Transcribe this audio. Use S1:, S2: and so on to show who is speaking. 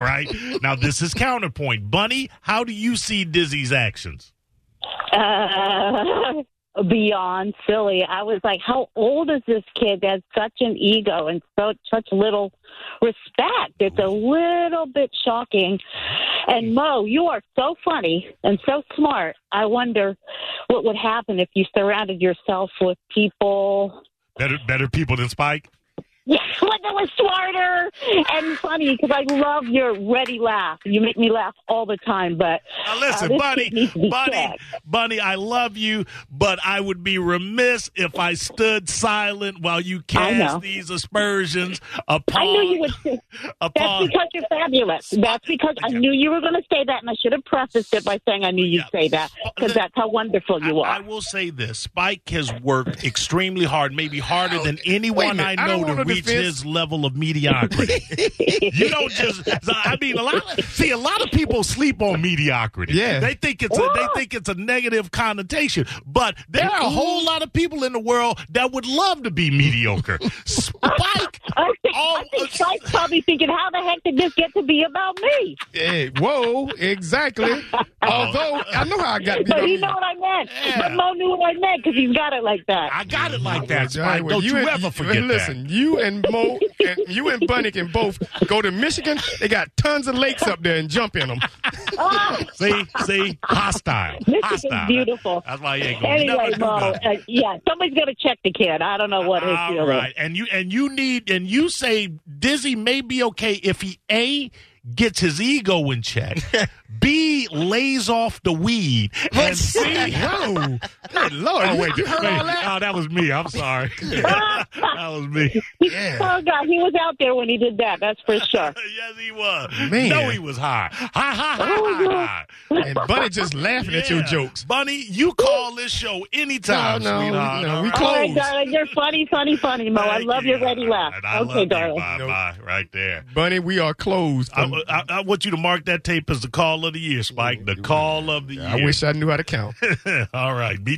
S1: right? Now this is counterpoint. Bunny, how do you see Dizzy's actions?
S2: Uh, beyond silly. I was like, how old is this kid that has such an ego and so such little respect? It's a little bit shocking. And Mo, you are so funny and so smart. I wonder what would happen if you surrounded yourself with people
S1: Better better people than Spike?
S2: yeah, one that was smarter and funny because I love your ready laugh. You make me laugh all the time, but
S1: Now
S2: uh,
S1: listen,
S2: this
S1: Bunny,
S2: kid needs to be
S1: Bunny,
S2: checked.
S1: Bunny, I love you, but I would be remiss if I stood silent while you
S2: know.
S1: cast these aspersions upon
S2: I knew you would. Say- That's
S1: upon
S2: because you're fabulous. That's because I knew you were going to say that, and I should have prefaced it by saying I knew you'd say that because that's how wonderful you
S1: I, I
S2: are.
S1: will say this: Spike has worked extremely hard, maybe harder than
S3: Wait a
S1: anyone I
S3: minute, I
S1: know
S3: don't
S1: to
S3: want no
S1: reach
S3: defense.
S1: his level of mediocrity. you don't just—I mean, a lot. Of, see, a lot of people sleep on mediocrity.
S3: Yeah.
S1: they think it's a, they think it's a negative connotation, but there are a whole lot of people in the world that would love to be mediocre. Spike,
S2: I think,
S1: all-
S2: I think Spike's probably thinking, how the heck did this get to be about me?
S3: Hey, Eh, whoa, exactly. Although I know how I got beat
S2: But
S3: on
S2: he
S3: you.
S2: knew what I meant.
S1: Yeah.
S2: But Mo knew what I meant because he's got it like that.
S1: I got it like that.
S3: All
S1: Spike,
S3: right, well,
S1: don't you,
S3: and-
S1: ever
S3: and
S1: forget
S3: Listen, you and Mo, and you and Bunny can both go to Michigan. They got tons of lakes up there and jump in them.
S2: Ah,
S1: that. See, see, hostile,
S2: Michigan's
S1: hostile.
S2: beautiful.
S1: That's why you ain't going
S2: Anyway,
S1: never do
S2: Mo,
S1: nothing.
S2: uh, yeah, somebody's going to check the kid. I don't know what his
S1: All
S2: deal
S1: right. And you and you need and you say Dizzy may be okay if he A gets his ego in check, B lays off the weed, and C
S3: no, good lord!
S1: Oh,
S3: you-
S1: wait,
S3: you heard
S1: wait.
S3: all that?
S1: Oh, that was me. I'm sorry. that was me.
S2: is.
S3: Yeah.
S2: Oh, God, he was out there when he did that. That's for sure.
S1: Yes, he was.
S3: Man.
S1: No, he was high. Hi, hi, hi, hi, hi.
S3: And Bunny just laughing at your
S1: Yeah.
S3: jokes.
S1: Bunny, you call this show anytime,
S3: No, no,
S1: sweetheart.
S3: no,
S1: All
S3: we
S1: right.
S3: close.
S2: All right, darling, you're funny, funny, funny, Mo. I
S1: Thank
S2: love
S1: you.
S2: your ready
S1: All
S2: laugh.
S1: right. I love
S2: okay,
S1: you.
S2: darling.
S1: Bye,
S3: Nope.
S1: bye, right there.
S3: Bunny, we are closed.
S1: I, I, I want you to mark that tape as the call of the year, Spike. The call of the year.
S3: I wish I knew how to count.
S1: All right. Be